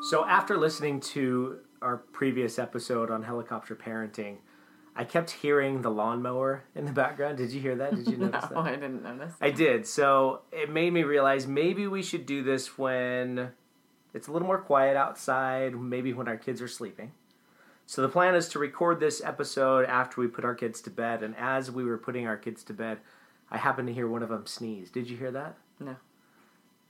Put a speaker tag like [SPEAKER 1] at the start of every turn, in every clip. [SPEAKER 1] So after listening to our previous episode on helicopter parenting, I kept hearing the lawnmower in the background. Did you hear that? Did you notice
[SPEAKER 2] no,
[SPEAKER 1] that?
[SPEAKER 2] I didn't notice.
[SPEAKER 1] I did. So it made me realize maybe we should do this when it's a little more quiet outside, maybe when our kids are sleeping. So the plan is to record this episode after we put our kids to bed. And as we were putting our kids to bed, I happened to hear one of them sneeze. Did you hear that?
[SPEAKER 2] No.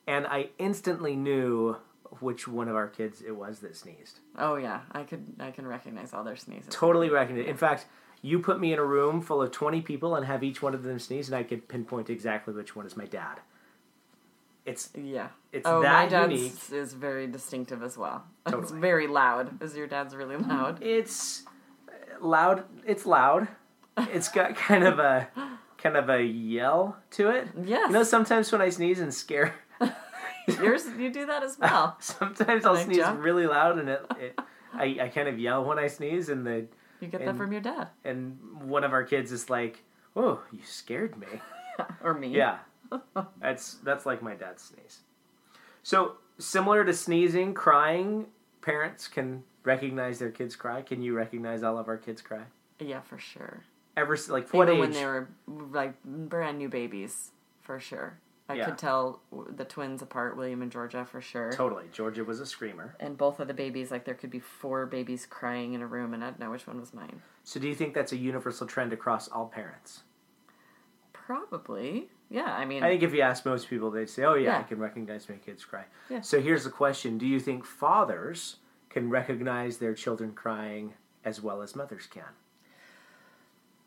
[SPEAKER 1] And I instantly knew which one of our kids it was that sneezed.
[SPEAKER 2] Oh yeah, I could I can recognize all their sneezes.
[SPEAKER 1] Totally reckoned it. In fact, you put me in a room full of 20 people and have each one of them sneeze, and I could pinpoint exactly which one is my dad. It's
[SPEAKER 2] Yeah.
[SPEAKER 1] It's
[SPEAKER 2] oh,
[SPEAKER 1] that
[SPEAKER 2] my dad's
[SPEAKER 1] unique.
[SPEAKER 2] is very distinctive as well. It's
[SPEAKER 1] Totally.
[SPEAKER 2] very loud. Is your dad's really loud?
[SPEAKER 1] it's loud. It's loud. It's got kind of a kind of a yell to it.
[SPEAKER 2] Yes.
[SPEAKER 1] You know, sometimes when I sneeze and scare,
[SPEAKER 2] Yours, you do that as well.
[SPEAKER 1] sometimes I'll
[SPEAKER 2] I
[SPEAKER 1] sneeze
[SPEAKER 2] jump?
[SPEAKER 1] really loud, and it, it I, I kind of yell when I sneeze, and the
[SPEAKER 2] You get
[SPEAKER 1] And-
[SPEAKER 2] that from your dad
[SPEAKER 1] and one of our kids is like, "Oh, you scared me."
[SPEAKER 2] or me?
[SPEAKER 1] Yeah. That's that's like my dad's sneeze. So similar to sneezing, crying, parents can recognize their kids cry. Can you recognize all of our kids cry?
[SPEAKER 2] Yeah, for sure.
[SPEAKER 1] Ever s- like what
[SPEAKER 2] Even
[SPEAKER 1] age?
[SPEAKER 2] when they were like brand new babies, for sure. I
[SPEAKER 1] Yeah.
[SPEAKER 2] could tell w- the twins apart, William and Georgia, for sure.
[SPEAKER 1] Totally. Georgia was a screamer.
[SPEAKER 2] And both of the babies, like there could be four babies crying in a room, and I don't know which one was mine.
[SPEAKER 1] So do you think that's a universal trend across all parents?
[SPEAKER 2] Probably. Yeah, I mean,
[SPEAKER 1] I think if you ask most people, they'd say, "Oh yeah, I
[SPEAKER 2] Yeah.
[SPEAKER 1] can recognize my kids cry."
[SPEAKER 2] Yeah.
[SPEAKER 1] So here's the question: Do you think fathers can recognize their children crying as well as mothers can?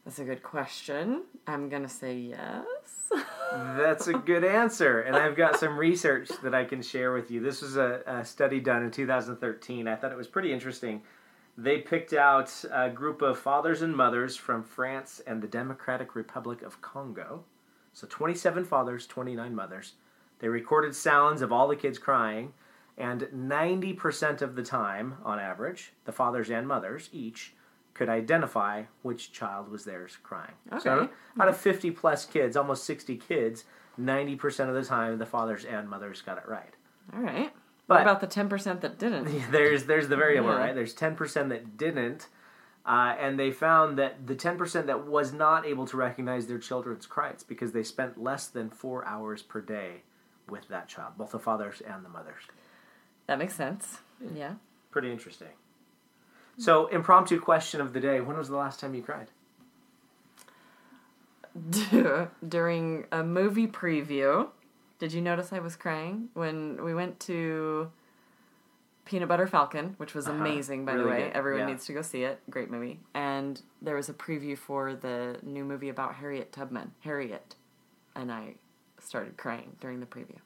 [SPEAKER 2] That's a good question. I'm gonna say yes.
[SPEAKER 1] That's a good answer. And I've got some research that I can share with you. This was a, a study done in 2013. I thought it was pretty interesting. They picked out a group of fathers and mothers from France and the Democratic Republic of Congo. So 27 fathers, 29 mothers. They recorded sounds of all the kids crying, and 90% of the time, on average, the fathers and mothers each could identify which child was theirs crying. So out of,
[SPEAKER 2] Okay.
[SPEAKER 1] out of 50 plus kids, almost 60 kids, 90% of the time the fathers and mothers got it right.
[SPEAKER 2] All right.
[SPEAKER 1] But-
[SPEAKER 2] what about the ten percent that didn't?
[SPEAKER 1] There's there's the variable,
[SPEAKER 2] Yeah.
[SPEAKER 1] right? There's 10% that didn't. Uh, and they found that the 10% that was not able to recognize their children's cries because they spent less than four hours per day with that child, both the fathers and the mothers.
[SPEAKER 2] That makes sense. Yeah.
[SPEAKER 1] Pretty interesting. So, impromptu question of the day when was the last time you cried?
[SPEAKER 2] During a movie preview, did you notice I was crying when we went to Peanut Butter Falcon, which was amazing by the
[SPEAKER 1] Uh-huh. Really
[SPEAKER 2] way.
[SPEAKER 1] good.
[SPEAKER 2] Everyone
[SPEAKER 1] Yeah.
[SPEAKER 2] needs to go see it. Great movie. And there was a preview for the new movie about Harriet Tubman, Harriet, and I started crying during the preview.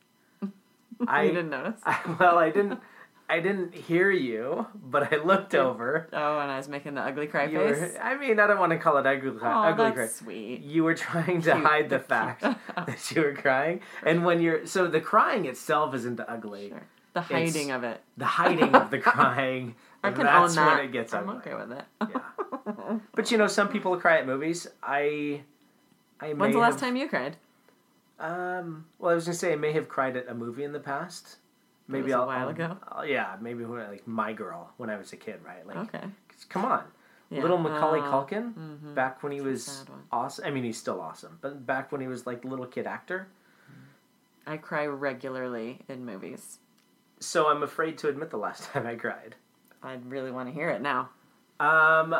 [SPEAKER 1] I
[SPEAKER 2] You didn't notice?
[SPEAKER 1] well, I didn't I didn't hear you, but I looked over.
[SPEAKER 2] oh, and I was making the ugly cry
[SPEAKER 1] You
[SPEAKER 2] face.
[SPEAKER 1] were, I mean, I don't want to call it ugly,
[SPEAKER 2] oh,
[SPEAKER 1] cry, ugly
[SPEAKER 2] that's
[SPEAKER 1] cry.
[SPEAKER 2] sweet.
[SPEAKER 1] You were trying to
[SPEAKER 2] Cute.
[SPEAKER 1] hide the fact that you were crying, and when you're so the crying itself isn't ugly.
[SPEAKER 2] Sure. The hiding of it.
[SPEAKER 1] The hiding of the crying.
[SPEAKER 2] I can
[SPEAKER 1] that's
[SPEAKER 2] own that.
[SPEAKER 1] when it gets
[SPEAKER 2] I'm
[SPEAKER 1] ugly.
[SPEAKER 2] okay with it.
[SPEAKER 1] But you know, some people cry at movies. I, I. may
[SPEAKER 2] When's the last
[SPEAKER 1] have-
[SPEAKER 2] time you cried?
[SPEAKER 1] Um, well, I was gonna say I may have cried at a movie in the past. Maybe
[SPEAKER 2] was a
[SPEAKER 1] I'll,
[SPEAKER 2] while
[SPEAKER 1] I'll-
[SPEAKER 2] ago.
[SPEAKER 1] I'll- yeah, maybe when I- like My Girl when I was a kid, right? Like,
[SPEAKER 2] Okay.
[SPEAKER 1] 'cause come on,
[SPEAKER 2] Yeah.
[SPEAKER 1] Little Macaulay
[SPEAKER 2] Oh,
[SPEAKER 1] Culkin, back when he was
[SPEAKER 2] sad one.
[SPEAKER 1] awesome. I mean, he's still awesome, but back when he was like little kid actor.
[SPEAKER 2] I cry regularly in movies.
[SPEAKER 1] So I'm afraid to admit the last time I cried.
[SPEAKER 2] I really want to hear it now.
[SPEAKER 1] Um,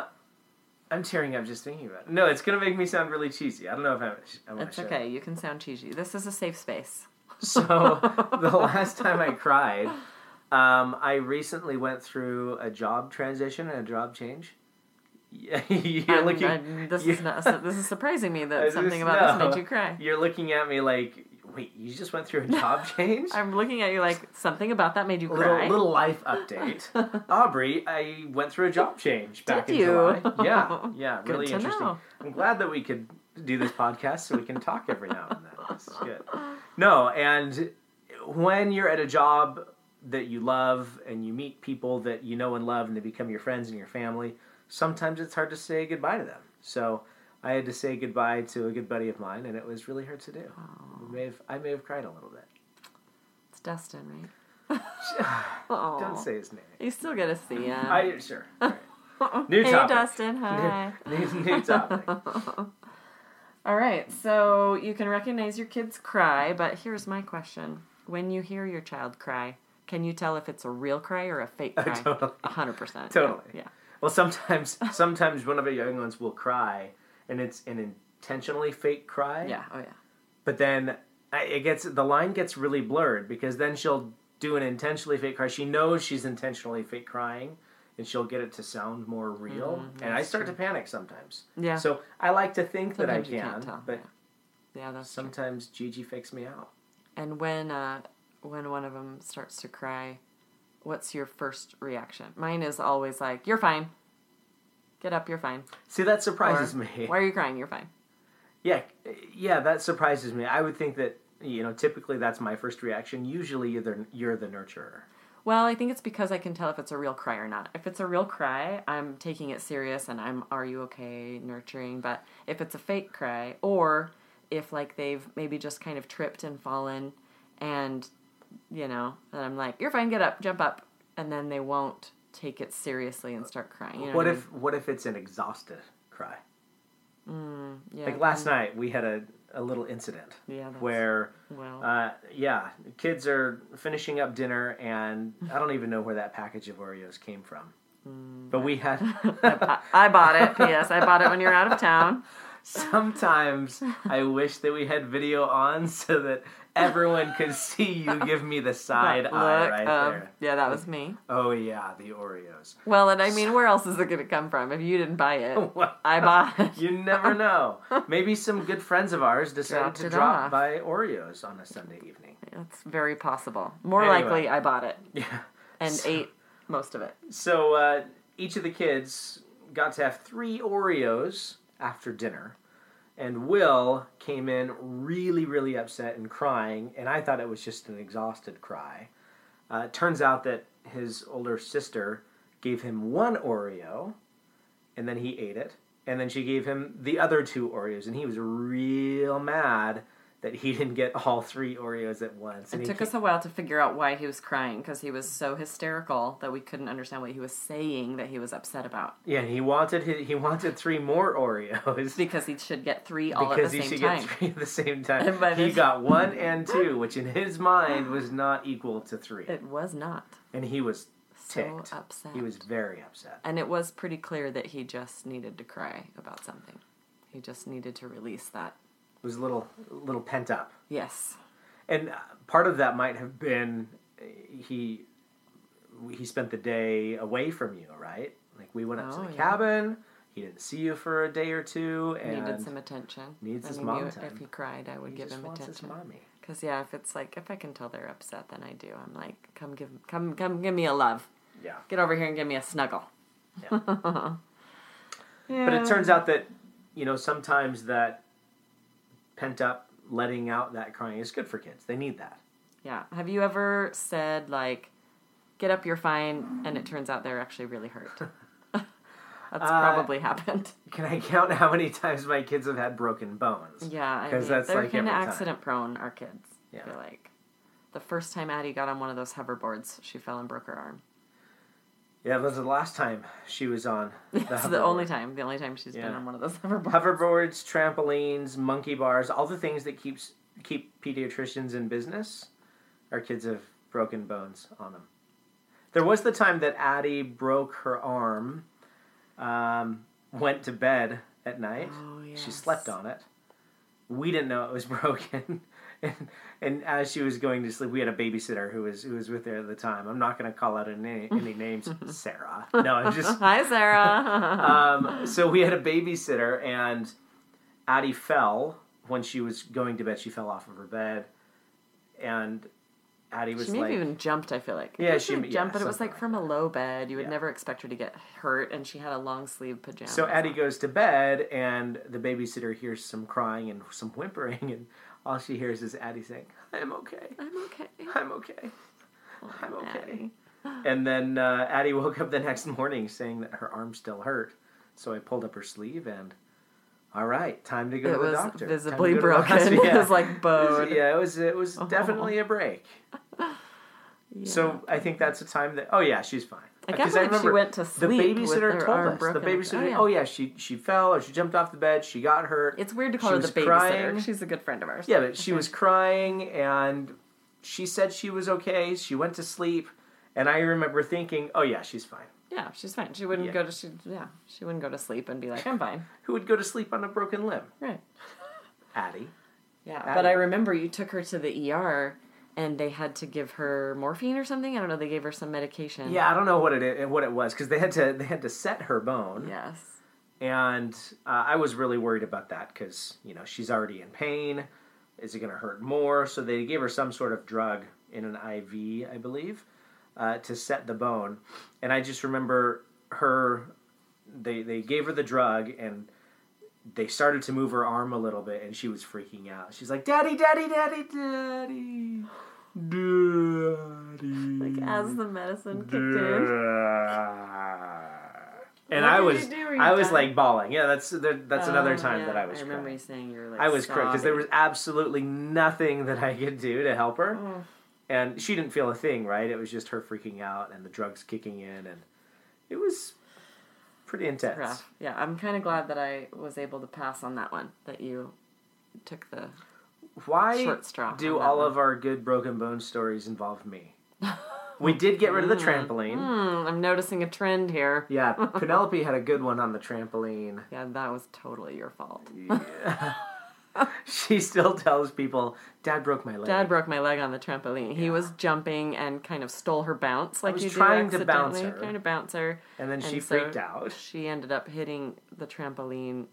[SPEAKER 1] I'm tearing up just thinking about it. No, it's gonna make me sound really cheesy. I don't know if I'm. I wanna
[SPEAKER 2] It's
[SPEAKER 1] share
[SPEAKER 2] okay. You can sound cheesy. This is a safe space.
[SPEAKER 1] So the last time I cried, um, I recently went through a job transition and a job change. Yeah, you're
[SPEAKER 2] I'm-
[SPEAKER 1] looking.
[SPEAKER 2] I'm- this is
[SPEAKER 1] you-
[SPEAKER 2] not. This is surprising me
[SPEAKER 1] I
[SPEAKER 2] that
[SPEAKER 1] just
[SPEAKER 2] something about
[SPEAKER 1] know.
[SPEAKER 2] this made you cry.
[SPEAKER 1] You're looking at me like, wait, you just went through a job change.
[SPEAKER 2] I'm looking at you like something about that made you cry.
[SPEAKER 1] little little life update. Aubrey, I went through a job change back
[SPEAKER 2] Did
[SPEAKER 1] in
[SPEAKER 2] you?
[SPEAKER 1] July. Yeah, yeah,
[SPEAKER 2] Good
[SPEAKER 1] really
[SPEAKER 2] to
[SPEAKER 1] interesting.
[SPEAKER 2] know.
[SPEAKER 1] I'm glad that we could do this podcast so we can talk every now and then. This is good. No, and when you're at a job that you love and you meet people that you know and love and they become your friends and your family, sometimes it's hard to say goodbye to them. So I had to say goodbye to a good buddy of mine, and it was really hard to do. We may have, I may have cried a little bit.
[SPEAKER 2] It's Dustin, right? Aw.
[SPEAKER 1] Don't say his name.
[SPEAKER 2] You still gotta see him.
[SPEAKER 1] I sure. All right. New
[SPEAKER 2] hey,
[SPEAKER 1] topic.
[SPEAKER 2] Dustin. Hi.
[SPEAKER 1] new, new topic.
[SPEAKER 2] All right. So you can recognize your kids cry, but here's my question: When you hear your child cry, can you tell if it's a real cry or a fake cry?
[SPEAKER 1] Oh, totally.
[SPEAKER 2] A hundred percent.
[SPEAKER 1] Totally.
[SPEAKER 2] Yeah.
[SPEAKER 1] Well, sometimes sometimes one of our young ones will cry, and it's an intentionally fake cry.
[SPEAKER 2] Yeah. Oh yeah.
[SPEAKER 1] But then I- it gets the line gets really blurred because then she'll do an intentionally fake cry. She knows she's intentionally fake crying, and she'll get it to sound more real. and I start to panic sometimes.
[SPEAKER 2] Mm, Yeah.
[SPEAKER 1] So I like to think
[SPEAKER 2] Sometimes
[SPEAKER 1] that
[SPEAKER 2] you
[SPEAKER 1] I can,
[SPEAKER 2] can't tell,
[SPEAKER 1] but
[SPEAKER 2] yeah. Yeah. That's true.
[SPEAKER 1] sometimes Gigi fakes me out.
[SPEAKER 2] And when uh, when one of them starts to cry, what's your first reaction? Mine is always like, "You're fine. Get up. You're fine."
[SPEAKER 1] See, that
[SPEAKER 2] Or,
[SPEAKER 1] surprises me.
[SPEAKER 2] Why are you crying? You're fine.
[SPEAKER 1] Yeah, yeah, that surprises me. I would think that you know, typically that's my first reaction. Usually, you're the, you're the nurturer.
[SPEAKER 2] Well, I think it's because I can tell if it's a real cry or not. If it's a real cry, I'm taking it serious and I'm are you okay nurturing, but if it's a fake cry or if like they've maybe just kind of tripped and fallen and you know, and I'm like, "You're fine. Get up. Jump up." And then they won't take it seriously and start crying. You know
[SPEAKER 1] what
[SPEAKER 2] I mean?
[SPEAKER 1] if what if it's an exhausted cry?
[SPEAKER 2] yeah,
[SPEAKER 1] Like last night, we had a, a little incident
[SPEAKER 2] Yeah, that's-
[SPEAKER 1] where,
[SPEAKER 2] well.
[SPEAKER 1] uh, yeah, kids are finishing up dinner, and I don't even know where that package of Oreos came from.
[SPEAKER 2] Mm,
[SPEAKER 1] But we had
[SPEAKER 2] I bought it. P.S. I bought it when you were out of town.
[SPEAKER 1] sometimes I wish that we had video on so that everyone could see you give me the side
[SPEAKER 2] Look,
[SPEAKER 1] eye right
[SPEAKER 2] um,
[SPEAKER 1] there.
[SPEAKER 2] yeah, that was me.
[SPEAKER 1] Oh yeah, the Oreos.
[SPEAKER 2] Well, and I mean, where else is it going to come from if you didn't buy it? I bought it.
[SPEAKER 1] You never know. Maybe some good friends of ours decided
[SPEAKER 2] Dropped
[SPEAKER 1] to
[SPEAKER 2] it
[SPEAKER 1] drop
[SPEAKER 2] off.
[SPEAKER 1] by Oreos on a Sunday evening.
[SPEAKER 2] That's very possible. More
[SPEAKER 1] Anyway.
[SPEAKER 2] likely, I bought it
[SPEAKER 1] Yeah.
[SPEAKER 2] and ate most of it.
[SPEAKER 1] So uh, each of the kids got to have three Oreos after dinner, and Will came in really, really upset and crying, and I thought it was just an exhausted cry. Uh, it turns out that his older sister gave him one Oreo, and then he ate it, and then she gave him the other two Oreos, and he was real mad that he didn't get all three Oreos at once. And
[SPEAKER 2] It
[SPEAKER 1] he
[SPEAKER 2] took
[SPEAKER 1] ca-
[SPEAKER 2] us a while to figure out why he was crying because he was so hysterical that we couldn't understand what he was saying that he was upset about.
[SPEAKER 1] yeah, and he wanted his, he wanted three more Oreos.
[SPEAKER 2] Because he should get three all
[SPEAKER 1] because
[SPEAKER 2] at
[SPEAKER 1] he
[SPEAKER 2] the same
[SPEAKER 1] should
[SPEAKER 2] time.
[SPEAKER 1] get three at the same
[SPEAKER 2] And
[SPEAKER 1] time.
[SPEAKER 2] by
[SPEAKER 1] He
[SPEAKER 2] this-
[SPEAKER 1] got one and two, which in his mind was not equal to three,
[SPEAKER 2] It was not.
[SPEAKER 1] and he was
[SPEAKER 2] So
[SPEAKER 1] ticked.
[SPEAKER 2] upset.
[SPEAKER 1] He was very upset.
[SPEAKER 2] And it was pretty clear that he just needed to cry about something. He just needed to release that.
[SPEAKER 1] It was a little little pent up,
[SPEAKER 2] Yes.
[SPEAKER 1] and uh, part of that might have been uh, he he spent the day away from you, right? Like we went up to
[SPEAKER 2] Oh,
[SPEAKER 1] the
[SPEAKER 2] yeah.
[SPEAKER 1] cabin. He didn't see you for a day or two, and
[SPEAKER 2] Needed some attention.
[SPEAKER 1] needs
[SPEAKER 2] and
[SPEAKER 1] his
[SPEAKER 2] he
[SPEAKER 1] mom
[SPEAKER 2] knew
[SPEAKER 1] time.
[SPEAKER 2] If he cried, I would
[SPEAKER 1] he
[SPEAKER 2] give
[SPEAKER 1] just
[SPEAKER 2] him
[SPEAKER 1] wants
[SPEAKER 2] attention.
[SPEAKER 1] his mommy.
[SPEAKER 2] Cause yeah, if it's like if I can tell they're upset, then I do. I'm like, come give, come, come, give me a love.
[SPEAKER 1] Yeah.
[SPEAKER 2] Get over here and give me a snuggle.
[SPEAKER 1] Yeah. But it turns out that, you know, sometimes that pent up letting out that crying is good for kids. They need that.
[SPEAKER 2] Yeah. Have you ever said like, get up, you're fine, and it turns out they're actually really hurt? That's probably happened.
[SPEAKER 1] Can I count how many times my kids have had broken bones?
[SPEAKER 2] Yeah, I
[SPEAKER 1] 'Cause
[SPEAKER 2] mean,
[SPEAKER 1] that's
[SPEAKER 2] they're
[SPEAKER 1] like
[SPEAKER 2] kind of
[SPEAKER 1] every time.
[SPEAKER 2] accident prone. Our kids,
[SPEAKER 1] Yeah.
[SPEAKER 2] they're like, the first time Addie got on one of those hoverboards, she fell and broke her arm.
[SPEAKER 1] Yeah, that was the last time she was on. The
[SPEAKER 2] It's the only
[SPEAKER 1] hoverboard.
[SPEAKER 2] time, the only time she's been
[SPEAKER 1] Yeah.
[SPEAKER 2] on one of those hoverboards.
[SPEAKER 1] Hoverboards, trampolines, monkey bars, all the things that keeps keep pediatricians in business. Our kids have broken bones on them. There was the time that Addie broke her arm, um, went to bed at night.
[SPEAKER 2] Oh,
[SPEAKER 1] She
[SPEAKER 2] yes.
[SPEAKER 1] slept on it. We didn't know it was broken. And, and as she was going to sleep, we had a babysitter who was who was with her at the time. I'm not going to call out any, any names. Sarah. No, I'm just
[SPEAKER 2] Hi, Sarah.
[SPEAKER 1] um, so we had a babysitter, and Addie fell when she was going to bed. She fell off of her bed, and Addie was
[SPEAKER 2] she maybe
[SPEAKER 1] like,
[SPEAKER 2] even jumped. I feel like
[SPEAKER 1] Yeah,
[SPEAKER 2] Maybe
[SPEAKER 1] she-
[SPEAKER 2] jumped,
[SPEAKER 1] yeah,
[SPEAKER 2] but it was
[SPEAKER 1] something
[SPEAKER 2] like from a low bed. You would
[SPEAKER 1] Yeah.
[SPEAKER 2] never expect her to get hurt, and she had a long sleeve pajama.
[SPEAKER 1] So Addie goes to bed, and the babysitter hears some crying and some whimpering, and all she hears is Addie saying, "I'm okay,
[SPEAKER 2] I'm okay.
[SPEAKER 1] I'm okay, I'm okay."
[SPEAKER 2] Addie.
[SPEAKER 1] And then uh, Addie woke up the next morning saying that her arm still hurt. So I pulled up her sleeve and, all right, time to go
[SPEAKER 2] It
[SPEAKER 1] to the
[SPEAKER 2] was
[SPEAKER 1] doctor. Time to go
[SPEAKER 2] visibly
[SPEAKER 1] to the
[SPEAKER 2] broken.
[SPEAKER 1] doctor.
[SPEAKER 2] It was like bowed.
[SPEAKER 1] Yeah, it was it was
[SPEAKER 2] Oh.
[SPEAKER 1] definitely a break. So I think that's the time that. Oh yeah, she's fine.
[SPEAKER 2] I can't
[SPEAKER 1] 'Cause
[SPEAKER 2] believe she
[SPEAKER 1] remember
[SPEAKER 2] went to sleep
[SPEAKER 1] The babysitter
[SPEAKER 2] with her
[SPEAKER 1] told
[SPEAKER 2] arm
[SPEAKER 1] us. The
[SPEAKER 2] broken.
[SPEAKER 1] babysitter.
[SPEAKER 2] Oh, yeah.
[SPEAKER 1] Oh yeah, she she fell or she jumped off the bed. She got hurt.
[SPEAKER 2] It's weird to
[SPEAKER 1] She
[SPEAKER 2] call her
[SPEAKER 1] was
[SPEAKER 2] the babysitter.
[SPEAKER 1] crying.
[SPEAKER 2] She's a good friend of ours.
[SPEAKER 1] Yeah, but she was crying and she said she was okay. She went to sleep, and I remember thinking, oh yeah, she's fine.
[SPEAKER 2] yeah, she's fine. She wouldn't
[SPEAKER 1] Yeah.
[SPEAKER 2] go to she yeah she wouldn't go to sleep and be like I'm fine.
[SPEAKER 1] Who would go to sleep on a broken limb?
[SPEAKER 2] Right.
[SPEAKER 1] Addie.
[SPEAKER 2] Yeah,
[SPEAKER 1] That-
[SPEAKER 2] but I remember you took her to the ER and they had to give her morphine or something. I don't know. They gave her some medication.
[SPEAKER 1] Yeah, I don't know what it i- what it was because they had to they had to set her bone,
[SPEAKER 2] Yes.
[SPEAKER 1] and uh, I was really worried about that because you know she's already in pain. Is it going to hurt more? So they gave her some sort of drug in an IV, I believe, uh, to set the bone. And I just remember her. They they gave her the drug and they started to move her arm a little bit, and she was freaking out. She's like, "Daddy, daddy, daddy, daddy, daddy."
[SPEAKER 2] Like as the medicine kicked in.
[SPEAKER 1] and
[SPEAKER 2] What
[SPEAKER 1] I
[SPEAKER 2] did
[SPEAKER 1] was,
[SPEAKER 2] you do? Were you
[SPEAKER 1] I was
[SPEAKER 2] done?
[SPEAKER 1] like bawling. Yeah, that's that- that's another
[SPEAKER 2] Oh,
[SPEAKER 1] time
[SPEAKER 2] yeah.
[SPEAKER 1] that I was.
[SPEAKER 2] I remember
[SPEAKER 1] crying.
[SPEAKER 2] you saying you were like.
[SPEAKER 1] I was crying because there was
[SPEAKER 2] sobbing.
[SPEAKER 1] absolutely nothing that I could do to help her,
[SPEAKER 2] Oh.
[SPEAKER 1] and she didn't feel a thing. Right? It was just her freaking out and the drugs kicking in, and it was pretty intense.
[SPEAKER 2] rough. Yeah, I'm kind of glad that I was able to pass on that one. That you took the.
[SPEAKER 1] Why
[SPEAKER 2] Short straw on
[SPEAKER 1] do
[SPEAKER 2] that
[SPEAKER 1] all
[SPEAKER 2] one.
[SPEAKER 1] of our good broken bone stories involve me? we did get rid of the trampoline.
[SPEAKER 2] Hmm, I'm noticing a trend here.
[SPEAKER 1] Yeah, Penelope had a good one on the trampoline.
[SPEAKER 2] Yeah, that was totally your fault.
[SPEAKER 1] She still tells people, "Dad broke my leg."
[SPEAKER 2] Dad broke my leg on the trampoline. He was jumping and kind of stole her bounce, like
[SPEAKER 1] was
[SPEAKER 2] you do
[SPEAKER 1] trying to bounce
[SPEAKER 2] accidentally,
[SPEAKER 1] her.
[SPEAKER 2] Trying to bounce her,
[SPEAKER 1] And then she
[SPEAKER 2] so
[SPEAKER 1] freaked out.
[SPEAKER 2] She ended up hitting the trampoline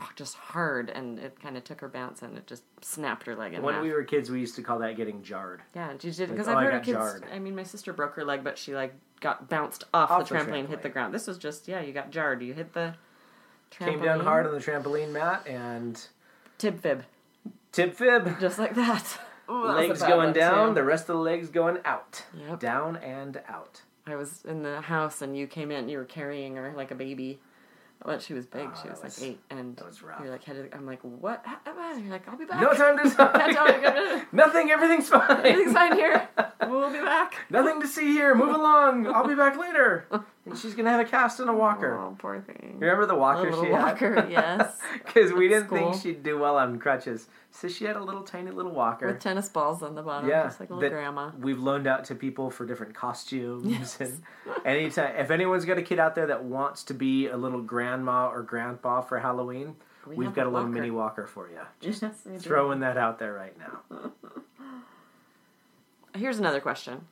[SPEAKER 2] r- just hard, and it kind of took her bounce, and it just snapped her leg in
[SPEAKER 1] When
[SPEAKER 2] half.
[SPEAKER 1] we were kids, we used to call that getting jarred.
[SPEAKER 2] yeah, and she did
[SPEAKER 1] Like,
[SPEAKER 2] because
[SPEAKER 1] oh, I
[SPEAKER 2] I've heard
[SPEAKER 1] got
[SPEAKER 2] of kids.
[SPEAKER 1] jarred.
[SPEAKER 2] I mean, my sister broke her leg, but she like got bounced off,
[SPEAKER 1] Off
[SPEAKER 2] the,
[SPEAKER 1] the
[SPEAKER 2] trampoline, and hit the
[SPEAKER 1] trampoline.
[SPEAKER 2] ground. This was just yeah, you got jarred. You hit the trampoline.
[SPEAKER 1] Came down hard on the trampoline mat and
[SPEAKER 2] Tib fib,
[SPEAKER 1] tip fib.
[SPEAKER 2] just like that. Ooh, that was a
[SPEAKER 1] Legs
[SPEAKER 2] bad
[SPEAKER 1] going
[SPEAKER 2] one,
[SPEAKER 1] down,
[SPEAKER 2] too.
[SPEAKER 1] the rest of the legs going out.
[SPEAKER 2] Yep.
[SPEAKER 1] Down and out.
[SPEAKER 2] I was in the house and you came in. You were carrying her like a baby. Well, she was big. she
[SPEAKER 1] Oh, that
[SPEAKER 2] was,
[SPEAKER 1] was-
[SPEAKER 2] like eight, and
[SPEAKER 1] that was rough.
[SPEAKER 2] you're like headed. I'm like, what? Ha- ha- You're like, I'll be back.
[SPEAKER 1] No time to
[SPEAKER 2] That's all I got.
[SPEAKER 1] Nothing, everything's fine.
[SPEAKER 2] Everything's fine here. We'll be back.
[SPEAKER 1] Nothing to see here. Move along. I'll be back later. And she's gonna have a cast and a walker.
[SPEAKER 2] Oh, poor thing.
[SPEAKER 1] Remember the
[SPEAKER 2] A
[SPEAKER 1] walker
[SPEAKER 2] little
[SPEAKER 1] she
[SPEAKER 2] walker, yes,
[SPEAKER 1] Because we didn't think
[SPEAKER 2] School.
[SPEAKER 1] she'd do well on crutches, so she had a little tiny little walker.
[SPEAKER 2] with tennis balls on the bottom, just like a little
[SPEAKER 1] that
[SPEAKER 2] grandma.
[SPEAKER 1] We've loaned out to people for different costumes and anytime if anyone's got a kid out there that wants to be a little grandma or grandpa for Halloween,
[SPEAKER 2] We
[SPEAKER 1] we have
[SPEAKER 2] have
[SPEAKER 1] got a
[SPEAKER 2] a
[SPEAKER 1] little
[SPEAKER 2] walker.
[SPEAKER 1] mini walker for you.
[SPEAKER 2] Yes, we do.
[SPEAKER 1] Throwing that out there right now.
[SPEAKER 2] Here's another question: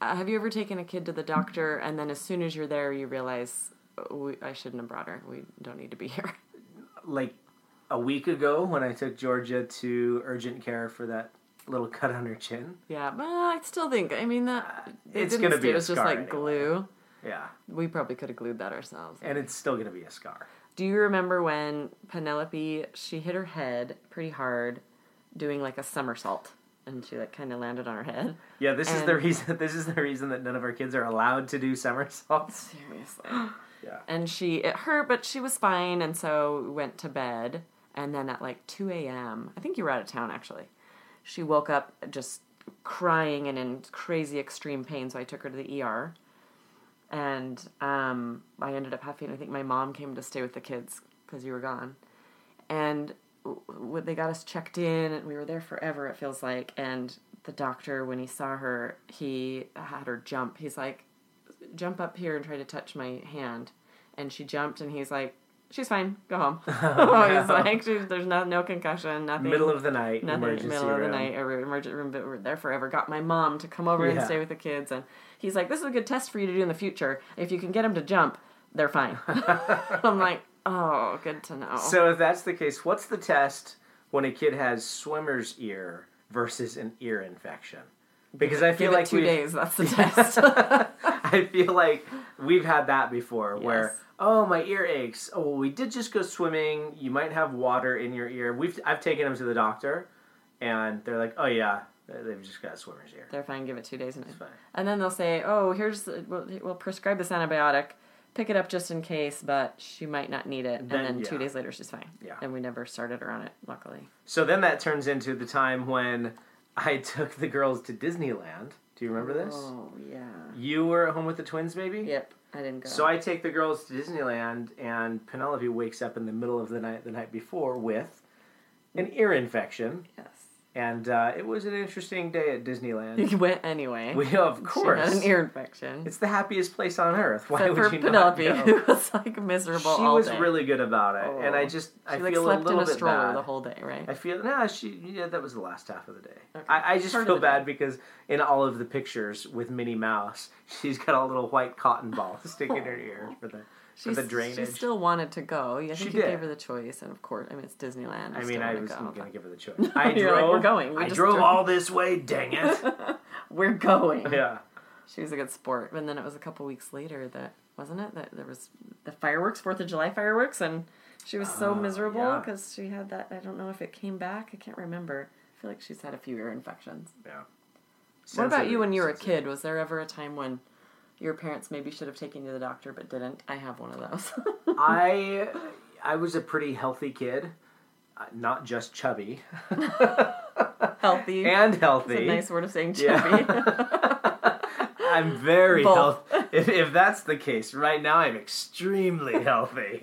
[SPEAKER 2] uh, Have you ever taken a kid to the doctor and then as soon as you're there, you realize "Oh, we, I shouldn't have brought her. We don't need to be here.
[SPEAKER 1] Like a week ago when I took Georgia to urgent care for that little cut on her chin.
[SPEAKER 2] Yeah, but I still think. I mean, that it
[SPEAKER 1] Uh, It's
[SPEAKER 2] didn't
[SPEAKER 1] gonna be
[SPEAKER 2] stay,
[SPEAKER 1] a
[SPEAKER 2] It was just
[SPEAKER 1] scar
[SPEAKER 2] like
[SPEAKER 1] anyway.
[SPEAKER 2] glue.
[SPEAKER 1] Yeah.
[SPEAKER 2] We probably could have glued that ourselves.
[SPEAKER 1] And it's still gonna be a scar.
[SPEAKER 2] Do you remember when Penelope she hit her head pretty hard, doing like a somersault, and she like kind of landed on her head?
[SPEAKER 1] Yeah, this is the
[SPEAKER 2] And-
[SPEAKER 1] reason this is the reason that none of our kids are allowed to do somersaults.
[SPEAKER 2] Seriously.
[SPEAKER 1] Yeah.
[SPEAKER 2] And she it hurt, but she was fine, and so went to bed. And then at like two a.m., I think you were out of town actually. She woke up just crying and in crazy extreme pain. So I took her to the ER. E and um, I ended up having. I think my mom came to stay with the kids because you were gone, and w- w- they got us checked in, and we were there forever. It feels like, and the doctor, when he saw her, he had her jump. He's like, jump up here and try to touch my hand, and she jumped, and he's like, she's fine, go home. he's like, she's, there's no no concussion, nothing.
[SPEAKER 1] Oh, Middle of the night, emergency
[SPEAKER 2] Nothing, middle of
[SPEAKER 1] room.
[SPEAKER 2] the night, or emergent room, but we're there forever. Got my mom to come over and
[SPEAKER 1] Yeah.
[SPEAKER 2] stay with the kids, and he's like, "This is a good test for you to do in the future. If you can get them to jump, they're fine." I'm like, "Oh, good to know."
[SPEAKER 1] So if that's the case, what's the test when a kid has swimmer's ear versus an ear infection? Because I feel
[SPEAKER 2] Give
[SPEAKER 1] like
[SPEAKER 2] it two
[SPEAKER 1] we've-
[SPEAKER 2] days. That's the test.
[SPEAKER 1] I feel like we've had that before where
[SPEAKER 2] Yes.
[SPEAKER 1] oh my ear aches. Oh, well, we did just go swimming. You might have water in your ear. We've I've taken them to the doctor and they're like, "Oh yeah, they've just got swimmer's ear."
[SPEAKER 2] they're fine. Give it two days, and
[SPEAKER 1] fine.
[SPEAKER 2] and then they'll say, "Oh, here's we'll, we'll prescribe this antibiotic." Pick it up just in case, but she might not need it. And
[SPEAKER 1] Then-
[SPEAKER 2] then, two
[SPEAKER 1] yeah.
[SPEAKER 2] days later, she's fine.
[SPEAKER 1] Yeah.
[SPEAKER 2] And we never started her on it, luckily.
[SPEAKER 1] So then that turns into the time when I took the girls to Disneyland. Do you remember this?
[SPEAKER 2] Oh, yeah.
[SPEAKER 1] You were at home with the twins maybe?
[SPEAKER 2] Yep, I didn't go.
[SPEAKER 1] So I take the girls to Disneyland, and Penelope wakes up in the middle of the night the night before with an ear infection,
[SPEAKER 2] yes.
[SPEAKER 1] and uh, it was an interesting day at Disneyland.
[SPEAKER 2] You went anyway.
[SPEAKER 1] we of
[SPEAKER 2] She had
[SPEAKER 1] course,
[SPEAKER 2] an ear infection.
[SPEAKER 1] it's the happiest place on earth. Why
[SPEAKER 2] Except
[SPEAKER 1] would
[SPEAKER 2] for
[SPEAKER 1] you
[SPEAKER 2] Penelope,
[SPEAKER 1] not
[SPEAKER 2] who
[SPEAKER 1] go?
[SPEAKER 2] was like miserable
[SPEAKER 1] She
[SPEAKER 2] all
[SPEAKER 1] was
[SPEAKER 2] day.
[SPEAKER 1] really good about it, and I
[SPEAKER 2] Oh.
[SPEAKER 1] just
[SPEAKER 2] she
[SPEAKER 1] I
[SPEAKER 2] like
[SPEAKER 1] feel a
[SPEAKER 2] slept
[SPEAKER 1] little
[SPEAKER 2] in a
[SPEAKER 1] bit
[SPEAKER 2] stroller
[SPEAKER 1] bad.
[SPEAKER 2] the whole day, right?
[SPEAKER 1] I feel nah. She yeah, that was the last half of the day. I, I just
[SPEAKER 2] Part of
[SPEAKER 1] feel
[SPEAKER 2] the day.
[SPEAKER 1] bad because in all of the pictures with Minnie Mouse, she's got a little white cotton ball sticking in her ear for the for
[SPEAKER 2] She's-
[SPEAKER 1] the drainage.
[SPEAKER 2] She still wanted to go. I think
[SPEAKER 1] She
[SPEAKER 2] you
[SPEAKER 1] did.
[SPEAKER 2] gave her the choice, and of course, I mean it's Disneyland.
[SPEAKER 1] I mean, I was
[SPEAKER 2] go,
[SPEAKER 1] going to
[SPEAKER 2] but
[SPEAKER 1] give her the choice. I
[SPEAKER 2] you're like,
[SPEAKER 1] drove.
[SPEAKER 2] "We're going. We
[SPEAKER 1] I
[SPEAKER 2] just
[SPEAKER 1] drove
[SPEAKER 2] drove."
[SPEAKER 1] all this way. Dang it!
[SPEAKER 2] We're going.
[SPEAKER 1] yeah.
[SPEAKER 2] She was a good sport, and then it was a couple weeks later that wasn't it that there was the fireworks, Fourth of July fireworks, and she was so miserable
[SPEAKER 1] Oh, yeah.
[SPEAKER 2] because she had that. I don't know if it came back. I can't remember. I feel like she's had a few ear infections.
[SPEAKER 1] Yeah.
[SPEAKER 2] What about you when you were a kid? Was there ever a time when your parents maybe should have taken you to the doctor but didn't? I have one of those.
[SPEAKER 1] I I was a pretty healthy kid, uh, not just chubby
[SPEAKER 2] healthy.
[SPEAKER 1] and
[SPEAKER 2] That's
[SPEAKER 1] healthy.
[SPEAKER 2] a nice word of saying
[SPEAKER 1] Yeah.
[SPEAKER 2] chubby.
[SPEAKER 1] I'm very
[SPEAKER 2] Both.
[SPEAKER 1] healthy. If, if that's the case, right now I'm extremely healthy.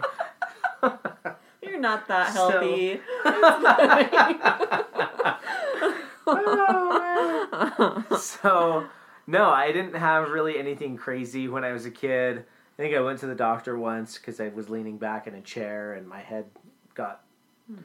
[SPEAKER 2] You're not that
[SPEAKER 1] So-
[SPEAKER 2] healthy.
[SPEAKER 1] so no i didn't have really anything crazy when i was a kid i think i went to the doctor once because i was leaning back in a chair and my head got
[SPEAKER 2] Hmm.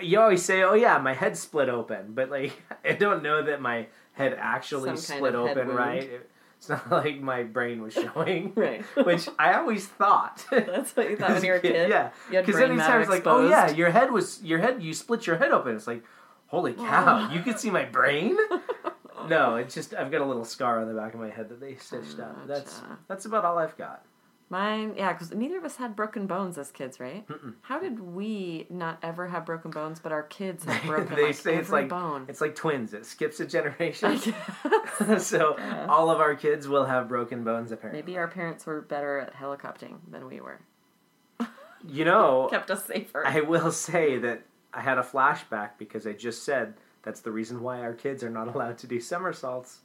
[SPEAKER 1] you always say oh yeah my head split open but like i don't know that my head actually
[SPEAKER 2] Some kind
[SPEAKER 1] split
[SPEAKER 2] of head
[SPEAKER 1] open
[SPEAKER 2] wound.
[SPEAKER 1] right it's not like my brain was showing
[SPEAKER 2] Right.
[SPEAKER 1] which i always thought
[SPEAKER 2] That's what you thought when you were a
[SPEAKER 1] As a
[SPEAKER 2] kid.
[SPEAKER 1] Yeah,
[SPEAKER 2] You had
[SPEAKER 1] because
[SPEAKER 2] brain
[SPEAKER 1] anytime
[SPEAKER 2] matter
[SPEAKER 1] it's
[SPEAKER 2] exposed.
[SPEAKER 1] like, oh yeah, your head was your head. You split your head open. It's like, holy cow, you could see my brain. no, it's just I've got a little scar on the back of my head that they stitched up. That's
[SPEAKER 2] Gotcha.
[SPEAKER 1] that's about all I've got.
[SPEAKER 2] Mine, yeah, because neither of us had broken bones as kids, right? How did we not ever have broken bones, but our kids have broken
[SPEAKER 1] they
[SPEAKER 2] like,
[SPEAKER 1] say
[SPEAKER 2] every
[SPEAKER 1] it's like
[SPEAKER 2] bone?
[SPEAKER 1] it's like twins. It skips a generation,
[SPEAKER 2] Yes.
[SPEAKER 1] so all of our kids will have broken bones. Apparently,
[SPEAKER 2] Maybe our parents were better at helicoptering than we were.
[SPEAKER 1] you know.
[SPEAKER 2] Kept us safer.
[SPEAKER 1] I will say that I had a flashback because I just said that's the reason why our kids are not allowed to do somersaults.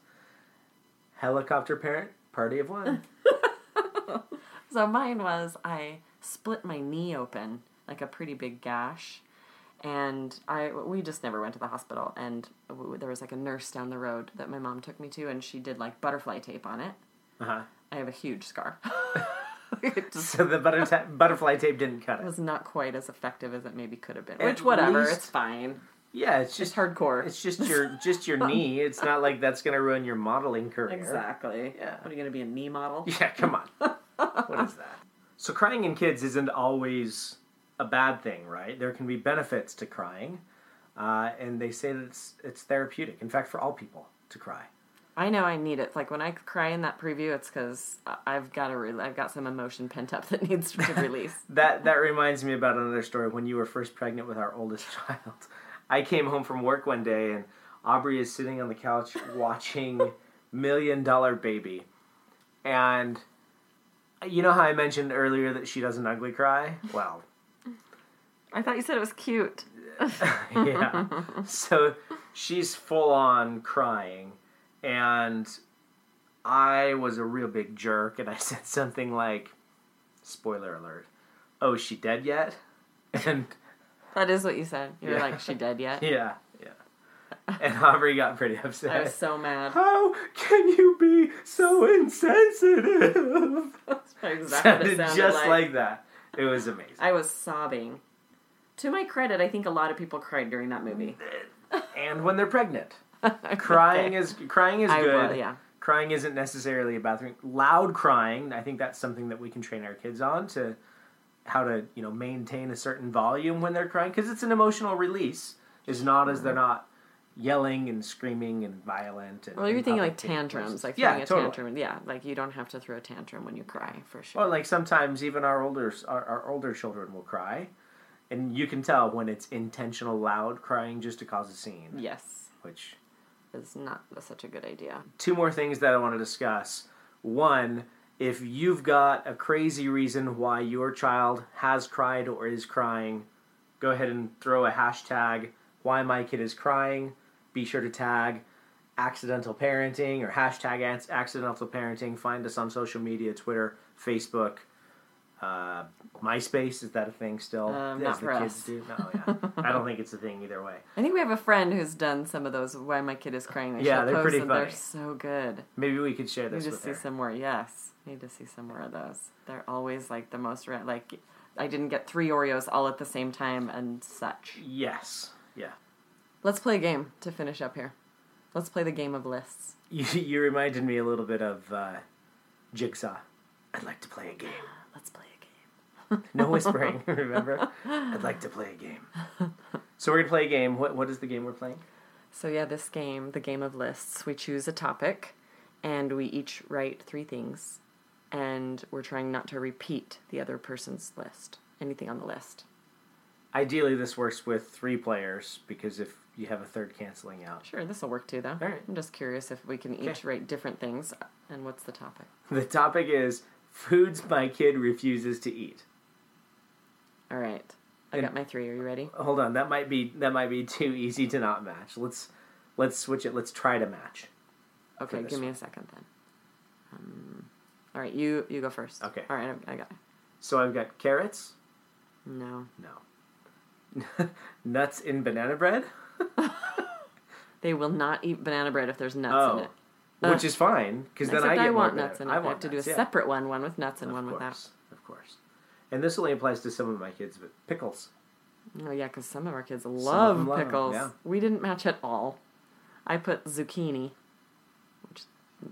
[SPEAKER 1] Helicopter parent, party of one.
[SPEAKER 2] So mine was I split my knee open like a pretty big gash, and I we just never went to the hospital. And w- there was like a nurse down the road that my mom took me to, and she did like butterfly tape on it.
[SPEAKER 1] Uh-huh.
[SPEAKER 2] I have a huge scar. it just
[SPEAKER 1] So the butter ta- butterfly tape didn't cut it.
[SPEAKER 2] was not quite as effective as it maybe could have been.
[SPEAKER 1] At
[SPEAKER 2] Which whatever,
[SPEAKER 1] least-
[SPEAKER 2] it's fine.
[SPEAKER 1] Yeah, it's
[SPEAKER 2] It's
[SPEAKER 1] just
[SPEAKER 2] hardcore.
[SPEAKER 1] it's just your just your knee. It's not like that's gonna ruin your modeling career.
[SPEAKER 2] exactly.
[SPEAKER 1] Yeah.
[SPEAKER 2] What are you gonna be a knee model?
[SPEAKER 1] Yeah, come on. what is that? So crying in kids isn't always a bad thing, right? There can be benefits to crying, uh, and they say that it's it's therapeutic. In fact, for all people to cry.
[SPEAKER 2] I know I need it. Like when I cry in that preview, it's because I've got a re- I've got some emotion pent up that needs to release.
[SPEAKER 1] That that reminds me about another story when you were first pregnant with our oldest child. I came home from work one day and Aubrey is sitting on the couch watching Million Dollar Baby. And you know how I mentioned earlier that she doesn't ugly cry? Well,
[SPEAKER 2] I thought you said it was cute.
[SPEAKER 1] yeah. So she's full on crying, and I was a real big jerk and I said something like, spoiler alert, oh, is she dead yet? And
[SPEAKER 2] That is what you said. You were
[SPEAKER 1] Yeah.
[SPEAKER 2] like, she dead yet?
[SPEAKER 1] yeah, yeah. And Aubrey got pretty upset.
[SPEAKER 2] I was so mad.
[SPEAKER 1] How can you be so insensitive?
[SPEAKER 2] That's probably exactly what it
[SPEAKER 1] Sounded
[SPEAKER 2] sounded
[SPEAKER 1] just
[SPEAKER 2] like.
[SPEAKER 1] like. that. It was amazing.
[SPEAKER 2] I was sobbing. To my credit, I think a lot of people cried during that movie.
[SPEAKER 1] and when they're pregnant, crying is crying is
[SPEAKER 2] I
[SPEAKER 1] good.
[SPEAKER 2] will, yeah.
[SPEAKER 1] Crying isn't necessarily a bathroom. Loud crying, I think that's something that we can train our kids on to how to you know maintain a certain volume when they're crying because it's an emotional release. Is not as
[SPEAKER 2] Mm-hmm.
[SPEAKER 1] they're not yelling and screaming and violent. And
[SPEAKER 2] Well, you're
[SPEAKER 1] and
[SPEAKER 2] thinking like
[SPEAKER 1] public figures.
[SPEAKER 2] tantrums, like
[SPEAKER 1] Yeah,
[SPEAKER 2] throwing a
[SPEAKER 1] totally.
[SPEAKER 2] tantrum. Yeah, like you don't have to throw a tantrum when you cry for sure.
[SPEAKER 1] Well, like sometimes even our older our, our older children will cry, and you can tell when it's intentional loud crying just to cause a scene.
[SPEAKER 2] yes,
[SPEAKER 1] Which
[SPEAKER 2] it's not such a good idea.
[SPEAKER 1] two more things that I want to discuss. One, if you've got a crazy reason why your child has cried or is crying, go ahead and throw a hashtag why my kid is crying. Be sure to tag accidental parenting or hashtag Ac- accidental parenting. Find us on social media Twitter, Facebook, uh, MySpace. Is that a thing still?
[SPEAKER 2] Um,
[SPEAKER 1] As
[SPEAKER 2] not
[SPEAKER 1] the
[SPEAKER 2] for
[SPEAKER 1] kids
[SPEAKER 2] us.
[SPEAKER 1] do? No, yeah. I don't think it's a thing either way.
[SPEAKER 2] I think we have a friend who's done some of those. Why my kid is crying? They
[SPEAKER 1] Yeah,
[SPEAKER 2] show
[SPEAKER 1] they're
[SPEAKER 2] posts,
[SPEAKER 1] pretty
[SPEAKER 2] and They're
[SPEAKER 1] funny.
[SPEAKER 2] so good.
[SPEAKER 1] Maybe we could share
[SPEAKER 2] Need
[SPEAKER 1] this
[SPEAKER 2] to
[SPEAKER 1] with
[SPEAKER 2] see
[SPEAKER 1] her.
[SPEAKER 2] some more. Yes, need to see some more of those. They're always like the most ra- like. I didn't get three Oreos all at the same time and such.
[SPEAKER 1] yes. Yeah.
[SPEAKER 2] Let's play a game to finish up here. Let's play the game of lists.
[SPEAKER 1] You, you reminded me a little bit of uh, Jigsaw. I'd like to play a game.
[SPEAKER 2] Let's play a game.
[SPEAKER 1] No whispering, remember? I'd like to play a game. So we're going to play a game. What, what is the game we're playing?
[SPEAKER 2] So yeah, this game, the game of lists, we choose a topic and we each write three things and we're trying not to repeat the other person's list. Anything on the list.
[SPEAKER 1] Ideally, this works with three players because if you have a third canceling out,
[SPEAKER 2] Sure, this will work too though.
[SPEAKER 1] Alright.
[SPEAKER 2] I'm just curious if we can each write different things uh, and what's the topic?
[SPEAKER 1] the topic is foods my kid refuses to eat.
[SPEAKER 2] All right. I got my 3. Are you ready?
[SPEAKER 1] Hold on, that might be that might be too easy to not match. Let's let's switch it. Let's try to match.
[SPEAKER 2] Okay,
[SPEAKER 1] this
[SPEAKER 2] give me a second then. Um, all right, you you go first.
[SPEAKER 1] Okay.
[SPEAKER 2] All right, I, I got it.
[SPEAKER 1] So I've got carrots.
[SPEAKER 2] No.
[SPEAKER 1] No. Nuts in banana bread.
[SPEAKER 2] They will not eat banana bread if there's nuts in
[SPEAKER 1] Oh,
[SPEAKER 2] it.
[SPEAKER 1] which is fine because then
[SPEAKER 2] Except
[SPEAKER 1] I get more
[SPEAKER 2] want
[SPEAKER 1] better.
[SPEAKER 2] nuts in it. I,
[SPEAKER 1] want
[SPEAKER 2] have to do a
[SPEAKER 1] nuts, yeah.
[SPEAKER 2] separate one, one with nuts and
[SPEAKER 1] Of
[SPEAKER 2] one
[SPEAKER 1] course,
[SPEAKER 2] without.
[SPEAKER 1] of course. And this only applies to some of my kids, but pickles.
[SPEAKER 2] Oh yeah, because some of our kids love
[SPEAKER 1] them love 'em,
[SPEAKER 2] pickles.
[SPEAKER 1] yeah.
[SPEAKER 2] We didn't match at all. I put zucchini, which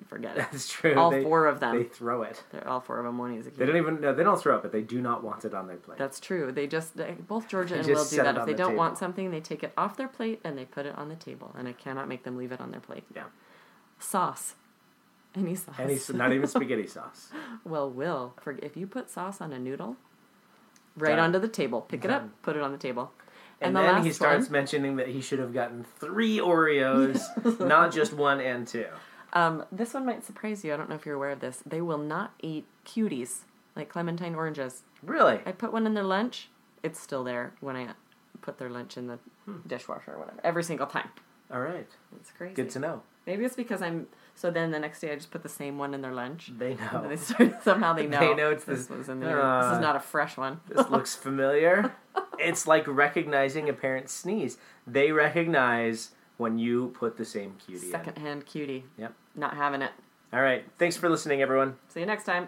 [SPEAKER 2] forget it.
[SPEAKER 1] That's true.
[SPEAKER 2] All
[SPEAKER 1] They-
[SPEAKER 2] four of them.
[SPEAKER 1] They throw it.
[SPEAKER 2] They're all four of them won't eat zucchini.
[SPEAKER 1] They don't even. No, they don't throw it, but they do not want it on their plate.
[SPEAKER 2] That's true. They just they, both Georgia and
[SPEAKER 1] just
[SPEAKER 2] Will do
[SPEAKER 1] set
[SPEAKER 2] that.
[SPEAKER 1] it
[SPEAKER 2] If
[SPEAKER 1] on
[SPEAKER 2] they
[SPEAKER 1] the
[SPEAKER 2] don't
[SPEAKER 1] table.
[SPEAKER 2] want something, they take it off their plate and they put it on the table. And I cannot make them leave it on their plate.
[SPEAKER 1] yeah.
[SPEAKER 2] Sauce, any sauce.
[SPEAKER 1] And he's not even spaghetti sauce.
[SPEAKER 2] Well, Will, for, if you put sauce on a noodle, right
[SPEAKER 1] Done.
[SPEAKER 2] onto the table, pick it up, put it on the table.
[SPEAKER 1] And,
[SPEAKER 2] the
[SPEAKER 1] then
[SPEAKER 2] last
[SPEAKER 1] he starts
[SPEAKER 2] one,
[SPEAKER 1] mentioning that he should have gotten three Oreos, not just one and two.
[SPEAKER 2] Um, this one might surprise you. I don't know if you're aware of this. They will not eat cuties like clementine oranges.
[SPEAKER 1] Really?
[SPEAKER 2] I put one in their lunch. It's still there when I put their lunch in the
[SPEAKER 1] Hmm.
[SPEAKER 2] dishwasher or whatever. Every single time.
[SPEAKER 1] All right.
[SPEAKER 2] It's crazy.
[SPEAKER 1] Good to know.
[SPEAKER 2] Maybe it's because I'm. So then the next day I just put the same one in their lunch.
[SPEAKER 1] They
[SPEAKER 2] And they
[SPEAKER 1] know.
[SPEAKER 2] start, somehow they know.
[SPEAKER 1] They know it's
[SPEAKER 2] this
[SPEAKER 1] the-
[SPEAKER 2] was in there. this
[SPEAKER 1] Uh,
[SPEAKER 2] is not a fresh one.
[SPEAKER 1] This looks familiar. It's like recognizing a parent's sneeze. They recognize when you put the same cutie
[SPEAKER 2] Second hand cutie.
[SPEAKER 1] in. Yep.
[SPEAKER 2] Not having it.
[SPEAKER 1] All right. Thanks for listening, everyone.
[SPEAKER 2] See you next time.